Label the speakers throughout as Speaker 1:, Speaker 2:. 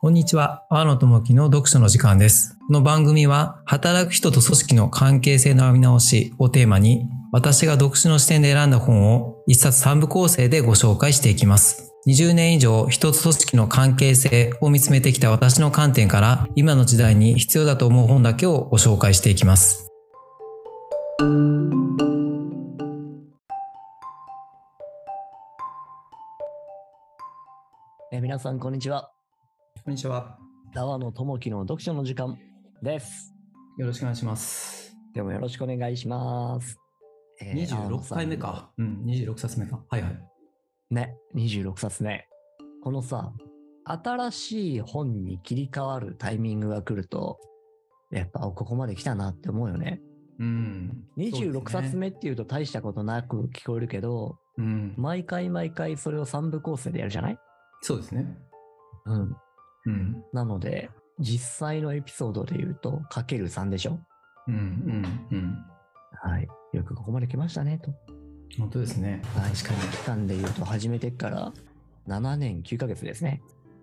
Speaker 1: こんにちは。和野智樹の読書の時間です。この番組は、働く人と組織の関係性の見直しをテーマに、私が読書の視点で選んだ本を一冊三部構成でご紹介していきます。20年以上一つ組織の関係性を見つめてきた私の観点から今の時代に必要だと思う本だけをご紹介していきます。
Speaker 2: え皆さんこんにちは。
Speaker 1: こんにちは。
Speaker 2: ダワの友樹の読書の時間です。
Speaker 1: よろしくお願いします。
Speaker 2: でもよろしくお願いします。
Speaker 1: えー、26回目か。うん、26冊目か。はいはい。
Speaker 2: ね、26冊ね。このさ、新しい本に切り替わるタイミングが来ると、やっぱここまで来たなって思うよね。
Speaker 1: うん。
Speaker 2: 26冊目っていうと大したことなく聞こえるけど、
Speaker 1: うん、
Speaker 2: 毎回毎回それを3部構成でやるじゃない
Speaker 1: そうですね。
Speaker 2: うん。
Speaker 1: うん、
Speaker 2: なので、実際のエピソードで言うと、かける3でしょ。
Speaker 1: うんうんうん。
Speaker 2: はい。よくここまで来ましたね、と。
Speaker 1: 本当ですね。
Speaker 2: はい、しかも期間で言うと始めてから7年9ヶ月ですね。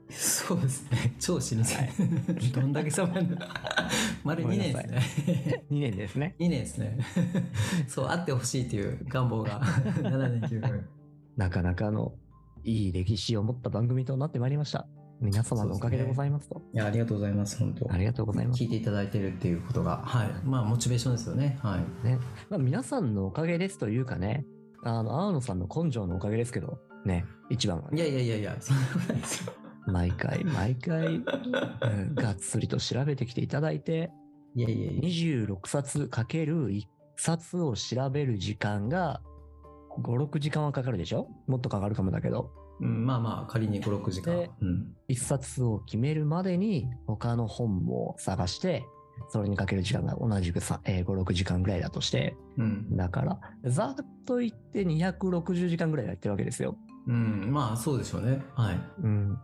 Speaker 1: そうですね。超老舗。はい、 どんだけ様に。丸2年ですね。
Speaker 2: 2年ですね。
Speaker 1: 2年ですね。そう、あってほしいという願望 が7年9ヶ月。
Speaker 2: なかなかのいい歴史を持った番組となってまいりました。皆様のおかげでございますと。すね、
Speaker 1: いや、ありがとうございます。本当。
Speaker 2: ありがとうございます。
Speaker 1: 聞いていただいてるっていうことが、はい。まあ、モチベーションですよね。はい。
Speaker 2: ね。まあ、皆さんのおかげですというかね、あの、青野さんの根性のおかげですけど、ね、一番は、
Speaker 1: ね、いやいやいやい や、そんなことないですよ。
Speaker 2: 毎回、毎回、うん、がっつりと調べてきていただいて、
Speaker 1: いやいやいや
Speaker 2: 26冊かける1冊を調べる時間が、5、6時間はかかるでしょもっとかかるかもだけど。、
Speaker 1: うん、まあまあ、仮に5、6時間。うん
Speaker 2: 1冊を決めるまでに、他の本も探して、それにかける時間が同じく3、えー、5、6時間ぐらいだとして、
Speaker 1: うん、
Speaker 2: だから、ざっと言って260時間ぐらいやってるわけですよ。
Speaker 1: うん、まあそうでしょうね。はい。
Speaker 2: うん、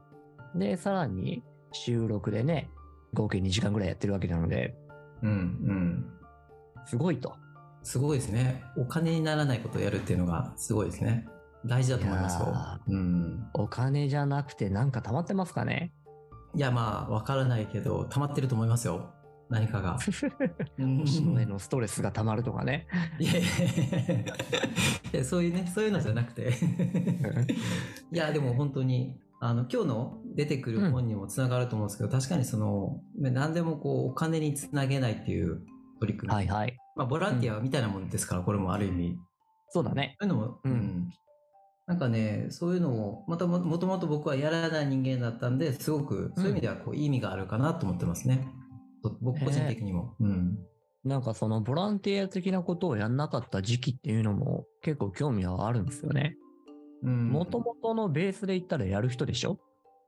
Speaker 2: で、さらに収録でね、合計2時間ぐらいやってるわけなので、
Speaker 1: うん、うん。
Speaker 2: すごいと。
Speaker 1: すごいですね。お金にならないことをやるっていうのがすごいですね。大事だと思いますよ。うん、
Speaker 2: お金じゃなくて、なんか溜まってますかね
Speaker 1: いや、まあ、わからないけど、溜まってると思いますよ。何か が。
Speaker 2: 腰の上のストレスがたまるとかね。
Speaker 1: いやいやそういうね、そういうのじゃなくて いや、でも本当に、あの、今日の出てくる本にもつながると思うんですけど、うん、確かにその、何でもこう、お金につなげないっていう取り組み。
Speaker 2: はいはい。
Speaker 1: まあ、ボランティアみたいなもんですから、うん、これもある意味。
Speaker 2: そうだね。
Speaker 1: そういうのも、うん、うんなんかね、そういうのを、またもともと僕はやらない人間だったんで、すごくそういう意味ではこう、うん、意味があるかなと思ってますね。僕個人的にも、えー、うん。
Speaker 2: なんかそのボランティア的なことをやんなかった時期っていうのも結構興味はあるんですよね。もともとのベースで言ったらやる人でしょ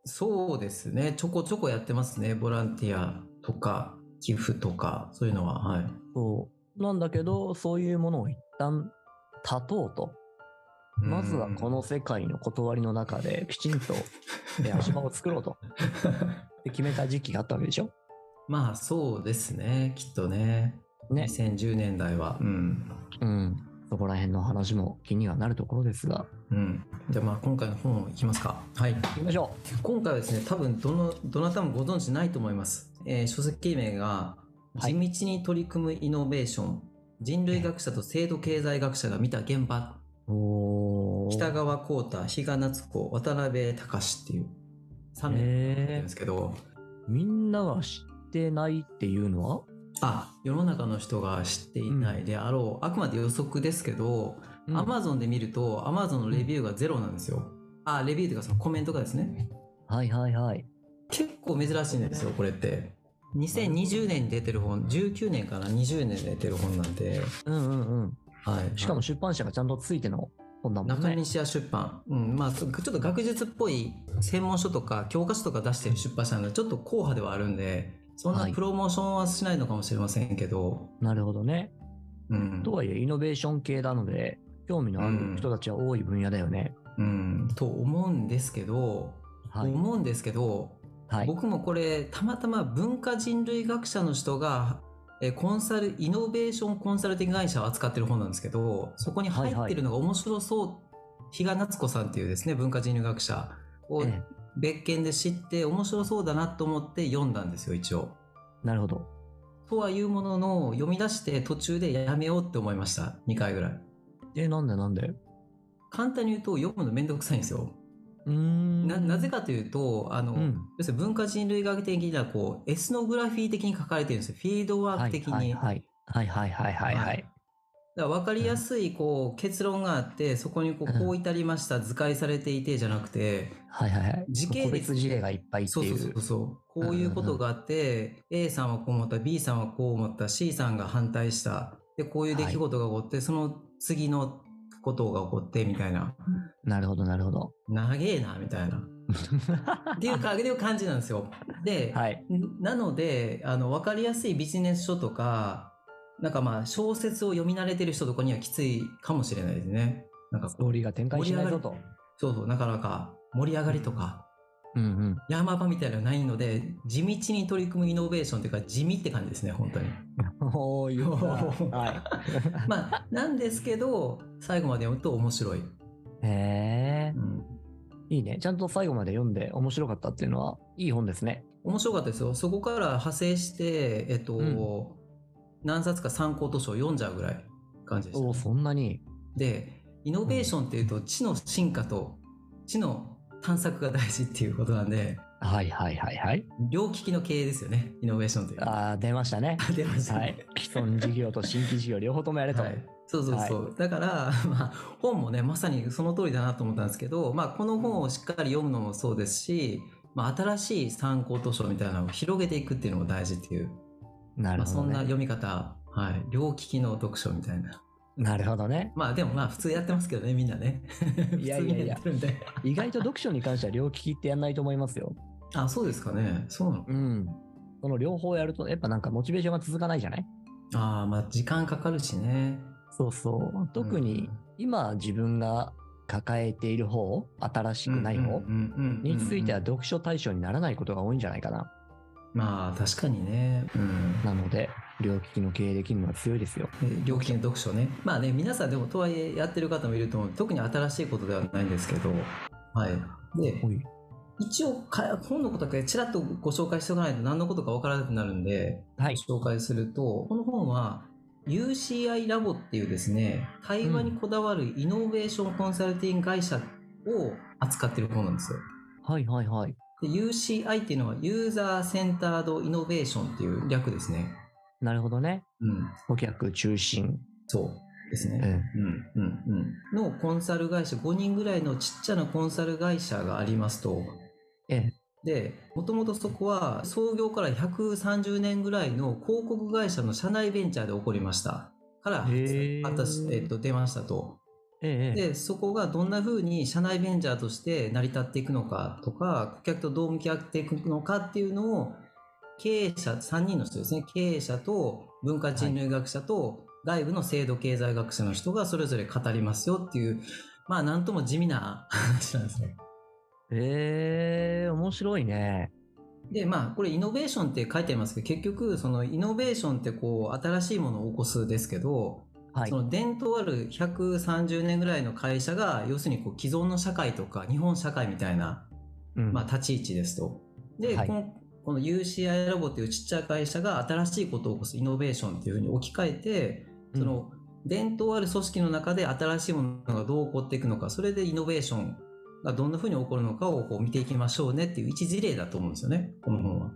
Speaker 1: そうですね。ちょこちょこやってますね。ボランティアとか寄付とか、そういうのは。はい。
Speaker 2: そう。なんだけど、そういうものを一旦断とうと。まずはこの世界の断りの中できちんと足場を作 ろうと決めた時期があったわけでしょ
Speaker 1: まあそうですねきっとね
Speaker 2: ね
Speaker 1: 2010年代はうん、
Speaker 2: うん、そこら辺の話も気にはなるところですが、
Speaker 1: うん、じゃあまあ今回の本いきますかはいい
Speaker 2: きましょ
Speaker 1: う今回はですね多分どのどなたもご存知ないと思います、えー、書籍名が「地道に取り組むイノベーション、はい、人類学者と制度経済学者が見た現場」北川浩太比嘉夏子渡辺隆っていう3名なんですけど、
Speaker 2: えー、みんなが知ってないっていうのは
Speaker 1: あ世の中の人が知っていないであろう、うん、あくまで予測ですけど、うん、Amazon で見ると Amazon のレビューがゼロなんですよ、うん、あレビューというかそのコメントがですね
Speaker 2: はいはいはい
Speaker 1: 結構珍しいんですよこれって2020年に出てる本19年から20年で出てる本なんで
Speaker 2: うんうんうん
Speaker 1: はい、
Speaker 2: しかも出版社がちゃんとついての本だもんね。、
Speaker 1: 中西屋出版、うんまあ、ちょっと学術っぽい専門書とか教科書とか出してる出版社なのでちょっと硬派ではあるんでそんなプロモーションはしないのかもしれませんけど。はい
Speaker 2: なるほどね、
Speaker 1: うん、
Speaker 2: とはいえイノベーション系なので興味のある人たちは多い分野だよね。
Speaker 1: うん、うん、と思うんですけど、はい、思うんですけど、
Speaker 2: はい、
Speaker 1: 僕もこれたまたま文化人類学者の人がえコンサルイノベーションコンサルティング会社を扱ってる本なんですけどそこに入ってるのが面白そう、はいはい、比嘉夏子さんっていうですね文化人類学者を別件で知って面白そうだなと思って読んだんですよ、一応。
Speaker 2: なるほど。
Speaker 1: とはいうものの、読み出して途中でやめようって思いました。2回ぐらい。
Speaker 2: え、なんでなんで
Speaker 1: 簡単に言うと、読むのめんどくさいんですよ。
Speaker 2: うーん
Speaker 1: ななぜかというと、あの、
Speaker 2: うん
Speaker 1: 要するに文化人類学的な、こう、エスノグラフィー的に書かれてるんですよ。フィードワーク的に。
Speaker 2: はいはいはいはいはいはいはいはい。
Speaker 1: だから分かりやすいこう結論があってそこにこう
Speaker 2: うん
Speaker 1: こう至りました図解されていてじゃなくて
Speaker 2: はいはいはい。
Speaker 1: 時系列
Speaker 2: 個別事例がいっぱいって
Speaker 1: そう
Speaker 2: い。
Speaker 1: そううそうそうこういうことがあって A さんはこう思った B さんはこう思った C さんが反対したでこういう出来事が起こってその次のことが起こってみたいな
Speaker 2: なるほどなるほど。
Speaker 1: 長えなみた いなっていうかっていう感じなんですよ。で、
Speaker 2: はい。
Speaker 1: なのであの分かりやすいビジネス書とかなんかまあ小説を読み慣れてる人とかにはきついかもしれないですね。なんか
Speaker 2: ストーリーが展開しないぞと。
Speaker 1: そうそう、なかなか盛り上がりとか、
Speaker 2: うんうん。
Speaker 1: 山場みたいなのがないので、地道に取り組むイノベーションというか、地味って感じですね、本 当に。
Speaker 2: おー、よ
Speaker 1: ー
Speaker 2: は
Speaker 1: まあ、なんですけど、最後まで読むと面白い。
Speaker 2: い。へえ
Speaker 1: うん
Speaker 2: いいね。ちゃんと最後まで読んで面白かったっていうのは、いい本ですね。
Speaker 1: 面白かったですよ。そこから派生して、えっと、
Speaker 2: うん
Speaker 1: 何冊か参考図書を読んじゃうぐらい感じでした、
Speaker 2: おー、そんなに。
Speaker 1: で、イノベーションっていうと、知の進化と知の探索が大事っていうことなんで、
Speaker 2: はいはいはいはい。
Speaker 1: 両利きの経営ですよね、イノベーションというのは。
Speaker 2: あー、出ましたね。
Speaker 1: 出ましたね
Speaker 2: はい。既存事業と新規事業両方ともやれと。
Speaker 1: はい、そうそうそう、だから、まあ、本もねまさにその通りだなと思ったんですけど、まあ、この本をしっかり読むのもそうですし、まあ、新しい参考図書みたいなのを広げていくっていうのも大事っていう、
Speaker 2: な
Speaker 1: ま
Speaker 2: る
Speaker 1: あ、
Speaker 2: ほ
Speaker 1: そ
Speaker 2: ど、
Speaker 1: んな
Speaker 2: ね。
Speaker 1: 読み方、はい、両利きの読書みたいな
Speaker 2: なるほどね。
Speaker 1: まあでもまあ普通やってますけどねみんなね 普通
Speaker 2: いやいやい
Speaker 1: に
Speaker 2: や
Speaker 1: やってるんで
Speaker 2: 意外と読書に関しては両利きってやんないと思いますよ。
Speaker 1: あそうですかねそうなの
Speaker 2: うん。その両方やると、やっぱなんかモチベーションが続かないじゃない
Speaker 1: ああまあ時間かかるしね
Speaker 2: そうそう。特に今自分が抱えている方、新しくない方については
Speaker 1: ど
Speaker 2: 読書対象にならないことが多いんじゃないかな。
Speaker 1: まあ確かにねうん
Speaker 2: なので、両利きの経営できるのは強いですよ。
Speaker 1: えー料金の読書ね。まあね、皆さんでもとはいえやってる方もいると思う。特に新しいことではないんですけど。はい。で、
Speaker 2: おい。
Speaker 1: 一応か、本のことだけちらっとご紹介しておかないと何のことかわからなくなるんで、
Speaker 2: はい。
Speaker 1: 紹介すると、この本は UCI ラボっていうですね、対話にこだわるイノベーションコンサルティング会社を扱ってる本なんですよ。
Speaker 2: はいはいはい。
Speaker 1: で UCI っていうのはユーザーセンタードイノベーションっていう略ですね。
Speaker 2: なるほどね。
Speaker 1: うん。
Speaker 2: 顧客中心。
Speaker 1: そうですね。
Speaker 2: うん。
Speaker 1: うんうんうん、のコンサル会社5人ぐらいのちっちゃなコンサル会社がありますと
Speaker 2: ええ。
Speaker 1: でもともとそこは創業から130年ぐらいの広告会社の社内ベンチャーで起こりましたから
Speaker 2: へー
Speaker 1: 私、えっと、出ましたと
Speaker 2: ええ。
Speaker 1: でそこがどんな風に社内ベンチャーとして成り立っていくのかとか顧客とどう向き合っていくのかっていうのを経営者3人の人ですね経営者と文化人類学者と外部の制度経済学者の人がそれぞれ語りますよっていうまあなんとも地味な話なんですね。
Speaker 2: ええ、面白いね。
Speaker 1: でまあこれイノベーションって書いてありますけど結局そのイノベーションってこう新しいものを起こすですけど
Speaker 2: はい
Speaker 1: そ。の伝統ある130年ぐらいの会社が要するにこう既存の社会とか日本社会みたいな、
Speaker 2: うん
Speaker 1: まあ、立ち位置ですと。で、
Speaker 2: はい
Speaker 1: このこの UCI ラボっていうちっちゃい会社が新しいことを起こすイノベーションっていうふうに置き換えてその伝統ある組織の中で新しいものがどう起こっていくのかそれでイノベーションがどんなふうに起こるのかをこう見ていきましょうねっていう一事例だと思うんですよねこの本は。
Speaker 2: うん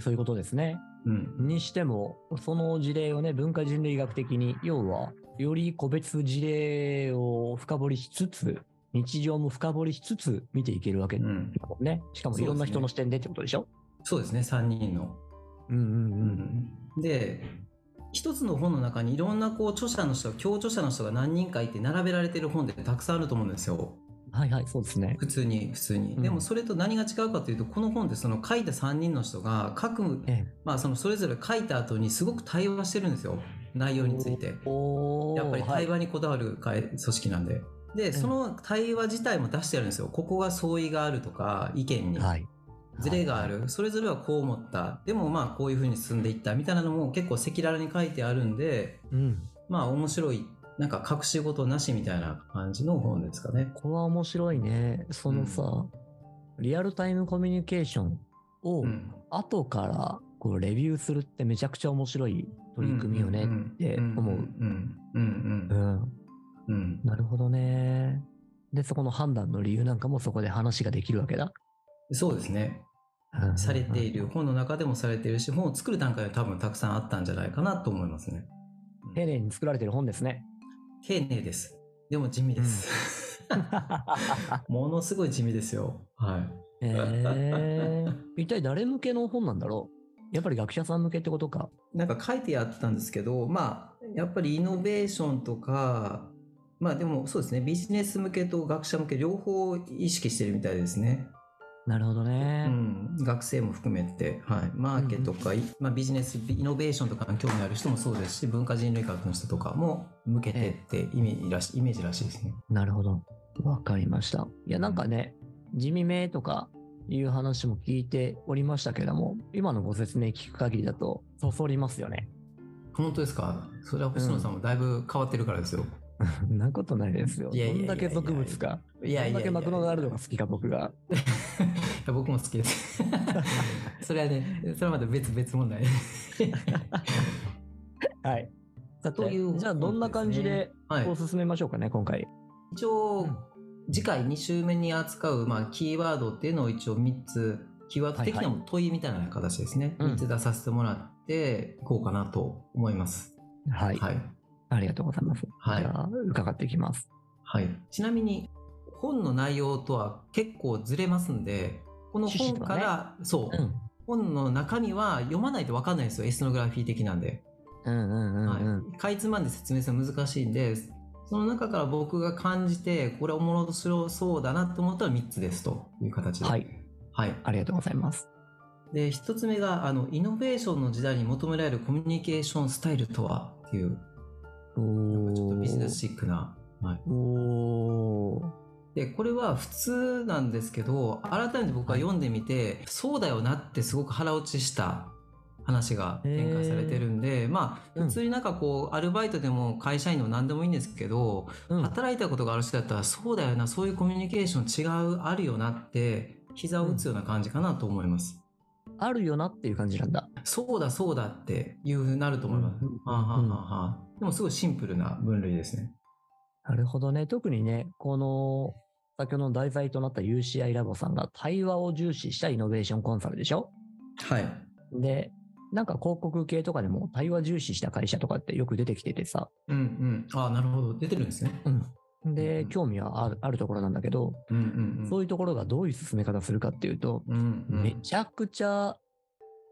Speaker 2: そういうことですね。
Speaker 1: うん、
Speaker 2: にしても、その事例をね、文化人類学的に、要は、より個別事例を深掘りしつつ、日常も深掘りしつつ見ていけるわけ
Speaker 1: う
Speaker 2: だ
Speaker 1: ん、
Speaker 2: もんね。しか
Speaker 1: そうで
Speaker 2: も
Speaker 1: すね
Speaker 2: いろんな人の視点でってことでしょ
Speaker 1: そうですね3人の
Speaker 2: うんうんうん。
Speaker 1: で一つの本の中にいろんなこう著者の人共著者の人が何人かいて並べられてる本ってたくさんあると思うんですよ
Speaker 2: はいはい、そうですね。
Speaker 1: 普通に普通に、
Speaker 2: うん
Speaker 1: でもそれと何が違うかというとこの本でその書いた3人の人が書く、
Speaker 2: ええ
Speaker 1: まあ、そのそれぞれ書いた後にすごく対話してるんですよ内容について
Speaker 2: おー
Speaker 1: やっぱり対
Speaker 2: はい
Speaker 1: 話にこだわる会組織なんででその対話自体も出してあるんですよここが相違があるとか意見に、
Speaker 2: はい。
Speaker 1: ズレがある、それぞれはこう思ったでもまあこういうふうに進んでいったみたいなのも結構赤裸々に書いてあるんで
Speaker 2: うん。
Speaker 1: まあ面白いなんか隠し事なしみたいな感じの本ですかね。
Speaker 2: これは面白いね。そのさ、リアルタイムコミュニケーションを
Speaker 1: うん
Speaker 2: 後からこうレビューするってめちゃくちゃ面白い取り組みよねって思う。
Speaker 1: うんうん
Speaker 2: う
Speaker 1: うん
Speaker 2: ん、
Speaker 1: うんうん
Speaker 2: なるほどね。で、そこの判断の理由なんかもそこで話ができるわけだ。
Speaker 1: そうですね。
Speaker 2: うん
Speaker 1: されている、本の中でもされているし、本を作る段階は多分たくさんあったんじゃないかなと思いますね。
Speaker 2: 丁寧に作られてる本です ね。
Speaker 1: 丁寧です。でも地味です。 ものすごい地味ですよ。はい。
Speaker 2: えー、一体誰向けの本なんだろうやっぱり学者さん向けってことか。
Speaker 1: なんか書いてあったんですけど、まあ、やっぱりイノベーションとか、まあでもそうですね、ビジネス向けと学者向け両方意識してるみたいですね。
Speaker 2: なるほど
Speaker 1: う
Speaker 2: ね。
Speaker 1: ん、学生も含めて、はい、マーケとか、いまあ、ビジネス、イノベーションとかに興味ある人もそうですし、文化人類学の人とかも向けてってイメージらしイメージらしいですね。
Speaker 2: なるほど。わかりました。いや、なんかね、地味めとかいう話も聞いておりましたけども、今のご説明聞く限りだと、そそりますよね。
Speaker 1: 本当ですかそれは星野さんもだいぶ変わってるから ですよ。
Speaker 2: そんなことないですよ。
Speaker 1: いやい
Speaker 2: ど
Speaker 1: やいや
Speaker 2: ん
Speaker 1: いや
Speaker 2: だけ俗物か。
Speaker 1: いやいやいやいや
Speaker 2: どんだけマクドナルドが好きか、僕が。
Speaker 1: いや僕も好き です。それはね、それはまた別別問 題。
Speaker 2: はい。さて
Speaker 1: という
Speaker 2: じゃあ、どんな感じで
Speaker 1: はい
Speaker 2: こう進めましょうかね、今回。
Speaker 1: 一応
Speaker 2: ん、
Speaker 1: 次回2週目に扱う、まあ、キーワードっていうのを一応3つ、キーワード的な問いみたいな形ですね。
Speaker 2: うん
Speaker 1: 3つ出させてもらっていこうかなと思います。
Speaker 2: はい。
Speaker 1: はい。
Speaker 2: ありがとうございます。
Speaker 1: はい
Speaker 2: じゃあ、伺っていきます。
Speaker 1: はい。ちなみに、本の内容とは結構ずれますんで、この本から、そう、
Speaker 2: うん。
Speaker 1: 本の中身は読まないと分かんないですよ。エスノグラフィー的なんで。
Speaker 2: うんうんうんうん。
Speaker 1: はい、かいつまんで説明するの難しいんでその中から僕が感じてこれおもろそうだなと思ったら3つですという形で、
Speaker 2: はい、
Speaker 1: はい
Speaker 2: ありがとうございます。
Speaker 1: で1つ目があのイノベーションの時代に求められるコミュニケーションスタイルとはっていうなんかちょっとビジネスチックな、はい、
Speaker 2: おー
Speaker 1: でこれは普通なんですけど改めて僕は読んでみて、そうだよなってすごく腹落ちした話が展開されてるんで、まあ
Speaker 2: うん
Speaker 1: 普通になんかこうアルバイトでも会社員でも何でもいいんですけど、
Speaker 2: うん
Speaker 1: 働いたことがある人だったらそうだよなそういうコミュニケーション違うあるよなって膝を打つような感じかなと思います、
Speaker 2: あるよなっていう感じなんだ。
Speaker 1: そうだそうだっていうふうになると思います、
Speaker 2: うん
Speaker 1: はあはあはあはあでもすごいシンプルな分類ですね
Speaker 2: なるほどね。特にね、この、先ほどの題材となった UCI ラボさんが対話を重視したイノベーションコンサルでしょ
Speaker 1: はい
Speaker 2: で、なんか広告系とかでも対話重視した会社とかってよく出てきててさ。
Speaker 1: うんうんああなるほど出てるんですね
Speaker 2: うん。
Speaker 1: う
Speaker 2: で、
Speaker 1: ん
Speaker 2: 興味はあるあるところなんだけど、
Speaker 1: うんうん
Speaker 2: そういうところがどういう進め方するかっていうと、
Speaker 1: うんうん
Speaker 2: めちゃくちゃ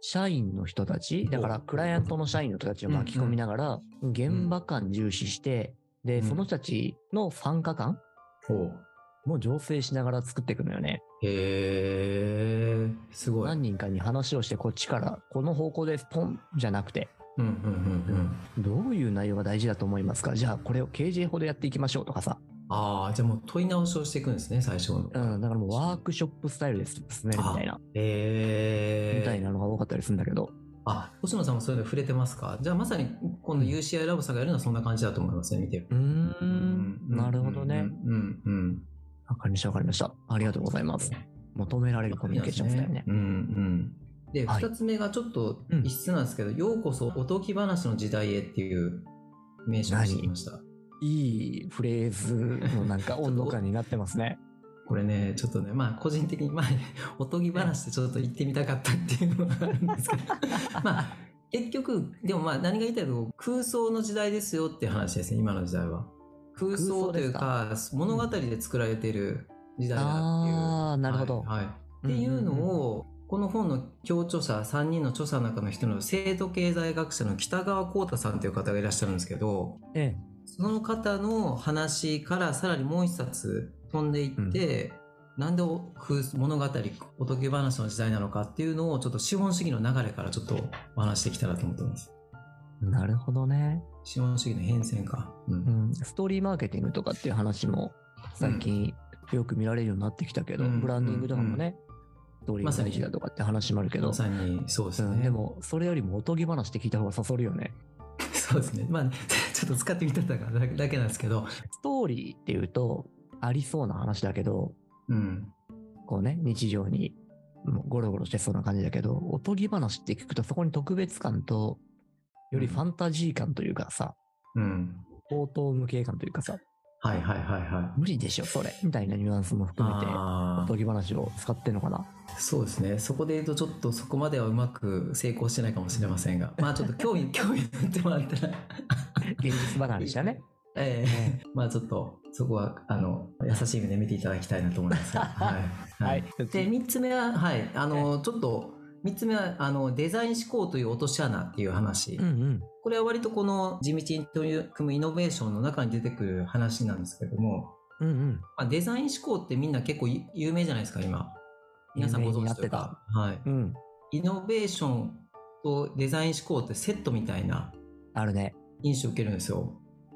Speaker 2: 社員の人たち、だからクライアントの社員の人たちを巻き込みながら、現場感重視して、で、
Speaker 1: うん
Speaker 2: その人たちの参加感
Speaker 1: ほう
Speaker 2: も醸成しながら作っていくのよね。
Speaker 1: へえすごい
Speaker 2: 何人かに話をして、こっちから、この方向でポンじゃなくて、
Speaker 1: うんうんうんうん
Speaker 2: どういう内容が大事だと思いますかじゃあこれを KJ 法でやっていきましょうとかさ。
Speaker 1: ああじゃあもう問い直しをしていくんですね最初の、
Speaker 2: うん、だからもうワークショップスタイルです進めるみたいな、
Speaker 1: へえ
Speaker 2: みたいなのが多かったりするんだけど。
Speaker 1: あ、星野さんもそういうの触れてますかじゃあまさに今度 UCI ラボさんがやるのはそんな感じだと思いますね、見てる。
Speaker 2: うーん、なるほどね。
Speaker 1: うん、うん、うん。
Speaker 2: わかりました、わかりました。ありがとうございます。求められるコミュニケーションですね。
Speaker 1: うん、うん。で、
Speaker 2: はい
Speaker 1: 二つ目がちょっと
Speaker 2: うん
Speaker 1: 異質なんですけど、ようこそおとぎ話の時代へっていう名称にしてきました。
Speaker 2: いいフレーズのなんか温度感になってま すね。
Speaker 1: これね、ちょっとね、まあ個人的に、まあ、おとぎ話でちょっと行ってみたかったっていうのがあるんです けど、まあ結局、でもまあ何が言いたいか空想の時代ですよっていう話ですね、今の時代は。空想というか、物語で作られている時代だっていう。
Speaker 2: ああ、なるほど。
Speaker 1: はいはいっていうの
Speaker 2: んんん、
Speaker 1: を、この本の協著者3人の著者の中の人の生徒経済学者の北川浩太さんという方がいらっしゃるんですけど、
Speaker 2: ええ
Speaker 1: その方の話からさらにもう一冊飛んでいって、なんでお空物語おとぎ話の時代なのかっていうのをちょっと資本主義の流れからちょっとお話しできたらと思ってます。
Speaker 2: なるほどね、
Speaker 1: 資本主義の変遷か。う
Speaker 2: うんん。ストーリーマーケティングとかっていう話も最近よく見られるようになってきたけど、
Speaker 1: うん
Speaker 2: ブランディングとかもね、ストーリー
Speaker 1: ま
Speaker 2: が
Speaker 1: さに
Speaker 2: 大事だとかって話もあるけど、
Speaker 1: まさにそうです
Speaker 2: う
Speaker 1: ね。
Speaker 2: ん、でもそれよりもおとぎ話って聞いた方が刺さるよね。
Speaker 1: そうですね。まあ、 ちょっと使ってみただからだけなんですけど、
Speaker 2: ストーリーっていうとありそうな話だけど、
Speaker 1: うん、
Speaker 2: こうね、日常にもうゴロゴロしてそうな感じだけど、おとぎ話って聞くとそこに特別感と、よりファンタジー感というかさ、
Speaker 1: うん。
Speaker 2: 応答無形感というかさ、
Speaker 1: はいはいはいはい。
Speaker 2: 無理でしょ、それみたいなニュアンスも含めて、お
Speaker 1: あ
Speaker 2: とぎ話を使ってんのかな。
Speaker 1: あ、そうですね。そこで言うと、ちょっとそこまではうまく成功してないかもしれません が、まあちょっと興味、興味持ってもらったら、
Speaker 2: 現実離れしたね。
Speaker 1: ええまあちょっと、そこは、あの、優しい目で見ていただきたいなと思います が。はい。
Speaker 2: はい。
Speaker 1: で、
Speaker 2: で
Speaker 1: 3つ目は、はい、あの、ちょっと、3つ目は、あの、デザイン思考という落とし穴っていう話。
Speaker 2: うんうん。
Speaker 1: これは割とこの地道に取り組むイノベーションの中に出てくる話なんですけども、
Speaker 2: うんうん。
Speaker 1: まあ、デザイン思考ってみんな結構有有名じゃないですか、今。皆さんご
Speaker 2: 有名に
Speaker 1: 存
Speaker 2: な
Speaker 1: 知
Speaker 2: っ
Speaker 1: とい
Speaker 2: て
Speaker 1: う
Speaker 2: た。
Speaker 1: か。はい。
Speaker 2: うん。
Speaker 1: イノベーションとデザイン思考ってセットみたいな
Speaker 2: あるね。
Speaker 1: 印象を受けるんですよ。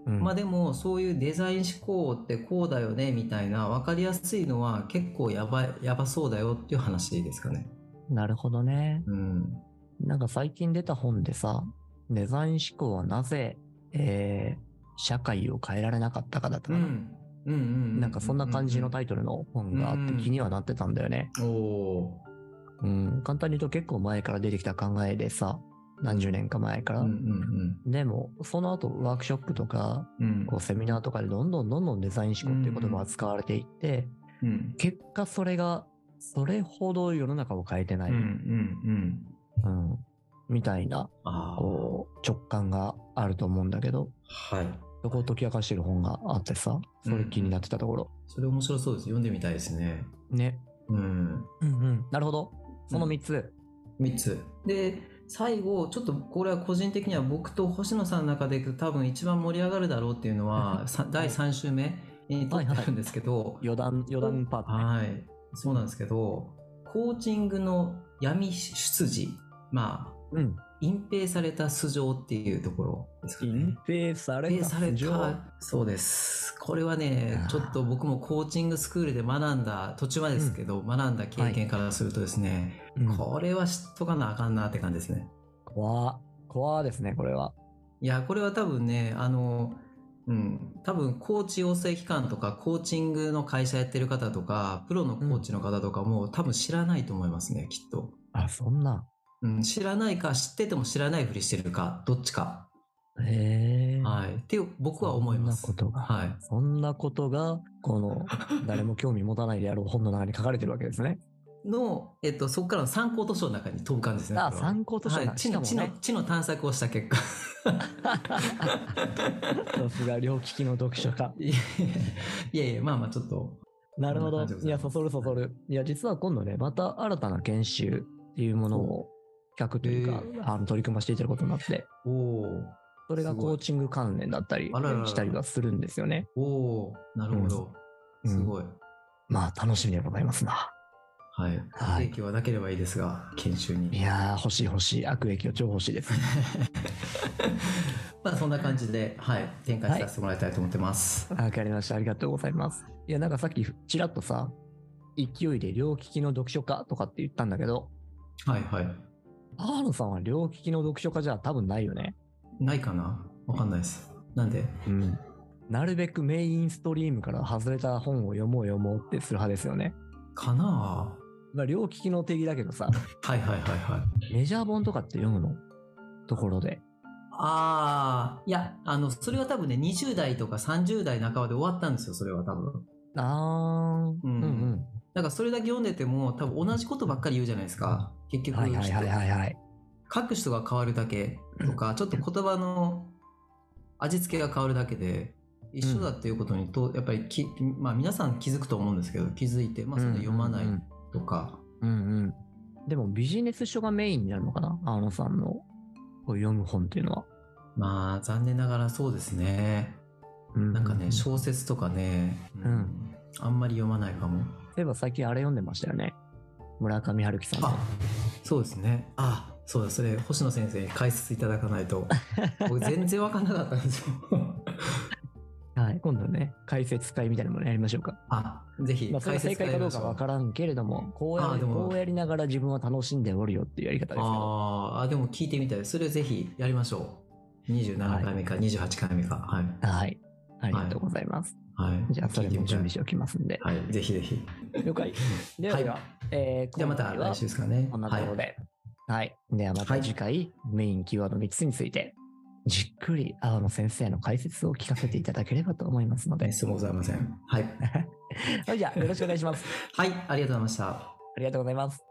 Speaker 2: うん
Speaker 1: まあでもそういうデザイン思考ってこうだよねみたいな分かりやすいのは結構やばいやばそうだよっていう話ですかね。
Speaker 2: なるほどね。
Speaker 1: うん。
Speaker 2: なんか最近出た本でさ、デザイン思考はなぜ、えー社会を変えられなかったかだったかな、
Speaker 1: うんうんうん
Speaker 2: なんかそんな感じのタ
Speaker 1: イ
Speaker 2: イトルの本があって
Speaker 1: うん
Speaker 2: 気にはなってたんだよね。
Speaker 1: プ。お
Speaker 2: うん、簡単に言うと結構前から出てきた考えでさ、何十年か前か
Speaker 1: ー
Speaker 2: ら。
Speaker 1: うんうん
Speaker 2: でも、その後ワークショップとか、
Speaker 1: うんうん
Speaker 2: こうセミナーとかでどんどんどんどんデザイン思考っていう言葉が使われていって、
Speaker 1: うん
Speaker 2: 結果それが、それほど世の中を変えてない、
Speaker 1: うんうんうん
Speaker 2: うん、みたいな、
Speaker 1: あー
Speaker 2: こう、直感があると思うんだけど、
Speaker 1: はい。
Speaker 2: そこを解き明かしてる本があってさ、それ気になってたところ。
Speaker 1: それ面白そうです。読んでみたいですね。
Speaker 2: ね。
Speaker 1: うん。
Speaker 2: うんうん。なるほど。その3つ。
Speaker 1: 3つ。で、最後、ちょっとこれは個人的には僕と星野さんの中で多分一番盛り上がるだろうっていうの は、さ第3週目に取ってあるんですけど、
Speaker 2: 余談、余談パートね。
Speaker 1: はい、そうなんですけど、コーチングの闇出自、まあ、
Speaker 2: うん。
Speaker 1: 隠蔽された素性っていうところですかね
Speaker 2: 隠。蔽され
Speaker 1: 隠蔽
Speaker 2: た
Speaker 1: され
Speaker 2: 素性。
Speaker 1: たそうですこれはね
Speaker 2: あー
Speaker 1: ちょっと僕もコーチングスクールで学んだ途中までですけど、学んだ経験からするとですね、
Speaker 2: うん
Speaker 1: これは知っとかなあかんなって感じですね
Speaker 2: 怖怖ですね、これは。
Speaker 1: いやこれは多分ねあのうん多分コーチ養成機関とかコーチングの会社やってる方とかプロのコーチの方とかも、多分知らないと思いますねきっと、
Speaker 2: あ、そんな。
Speaker 1: うん、知らないか知ってても知らないふりしてるかどっちか、
Speaker 2: へえ。
Speaker 1: はいっていう僕は思います
Speaker 2: そんなことが
Speaker 1: はい
Speaker 2: そんなことが、こ の、誰も興味持たないであろう本の中に書かれてるわけですね。
Speaker 1: の、えっと、そこからの参考図書の中に飛ぶ感じですね。
Speaker 2: あ、
Speaker 1: これは
Speaker 2: 参考として
Speaker 1: はい、知の知の知の探索をした結果
Speaker 2: さすが両利きの読書家。
Speaker 1: いやいやまあまあちょっと
Speaker 2: なるほ
Speaker 1: こん
Speaker 2: ど
Speaker 1: な感。じ
Speaker 2: い
Speaker 1: でございま
Speaker 2: や、
Speaker 1: す
Speaker 2: そそるそそる。いや、実は今度ね、また新たな研修っていうものを企画というか、
Speaker 1: へえ
Speaker 2: あの取り組ませていただくことになって、
Speaker 1: おお
Speaker 2: それが
Speaker 1: すごい
Speaker 2: コーチング関連だったり
Speaker 1: あららら
Speaker 2: したりはするんですよね。
Speaker 1: おおなるほど、
Speaker 2: うん
Speaker 1: すごい、
Speaker 2: まあ、楽しみでございますな。
Speaker 1: はい
Speaker 2: はい
Speaker 1: 利益はなければいいですが研修
Speaker 2: い
Speaker 1: に
Speaker 2: やー、欲しい欲しい。悪益を超欲しいです。
Speaker 1: まあそんな感じではい展開させてもらいたいと思ってます、
Speaker 2: わかりました。ありがとうございます。いや、なんかさっき、ちらっとさ、勢いで両利きの読書家とかって言ったんだけど、
Speaker 1: はい、はい
Speaker 2: 母野さんは両利きの読書家じゃ多分ないよね。
Speaker 1: ないかなわかんないですなんで
Speaker 2: うん。なるべくメインストリームから外れた本を読もう読もうってする派ですよね。
Speaker 1: かな
Speaker 2: まあ、両利きの定義だけど さ、
Speaker 1: はいはいはいはい
Speaker 2: メジャー本とかって読むのところで。
Speaker 1: ああいやあのそれは多分ね20代とか30代半ばで終わったんですよそれは多分
Speaker 2: あー、
Speaker 1: うんだからそれだけ読んでても多分同じことばっかり言うじゃないですか結局、
Speaker 2: はいはいはいはいはい。
Speaker 1: 書く人が変わるだけとかちょっと言葉の味付けが変わるだけで一緒だっていうことにと、やっぱりき、まあ、皆さん気づくと思うんですけど気づいて、まあ、それ読まない
Speaker 2: うん
Speaker 1: とか、
Speaker 2: うんうん。でもビジネス書がメインになるのかな青野さんのこう読む本っていうのは。
Speaker 1: まあ残念ながらそうですね
Speaker 2: ううう
Speaker 1: なんかね小説とかね、
Speaker 2: うん
Speaker 1: あんまり読まないかも
Speaker 2: 例えば最近あれ読んでましたよね。村上春樹さんの
Speaker 1: あそうですねあそうだそれ星野先生に解説いただかないと僕全然分かんなかったんですよ
Speaker 2: はい、今度ね、解説会みたいなのもやりましょうか。
Speaker 1: あ、ぜひ
Speaker 2: まあ、それが正解かどうかわ
Speaker 1: ら
Speaker 2: からんけれども、こうや
Speaker 1: あー
Speaker 2: り
Speaker 1: でも
Speaker 2: こうやりながら自分は楽しんでおるよっていうやり方ですけど。
Speaker 1: あーあ、でも聞いてみたい。それぜひやりましょう。27回目か28回目か。はい。
Speaker 2: はい。ありがとうございます。
Speaker 3: はい。
Speaker 2: じゃあ、それも準備しておきますんで。
Speaker 3: はい、ぜひぜひ。
Speaker 2: 了解。では、
Speaker 3: はい
Speaker 2: ではえー
Speaker 3: じゃあまた
Speaker 2: 今回は
Speaker 3: 来週ですかね。
Speaker 2: こんなところ
Speaker 3: はい。
Speaker 2: で。はい。ではまた次回、メインキーワード3つについて、じっくり青野先生の解説を聞かせていただければと思いますので
Speaker 3: 大。質問ございません。はい。
Speaker 2: はい、じゃあ、よろしくお願いします。
Speaker 3: はい、ありがとうございました。
Speaker 2: ありがとうございます。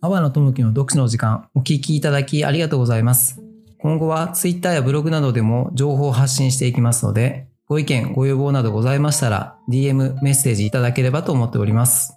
Speaker 1: 阿波野智樹の読書の時間、お聞きいただきありがとうございます。今後は Twitter やブログなどでも情報を発信していきますので、ご意見、ご要望などございましたら、DM、メッセージいただければと思っております。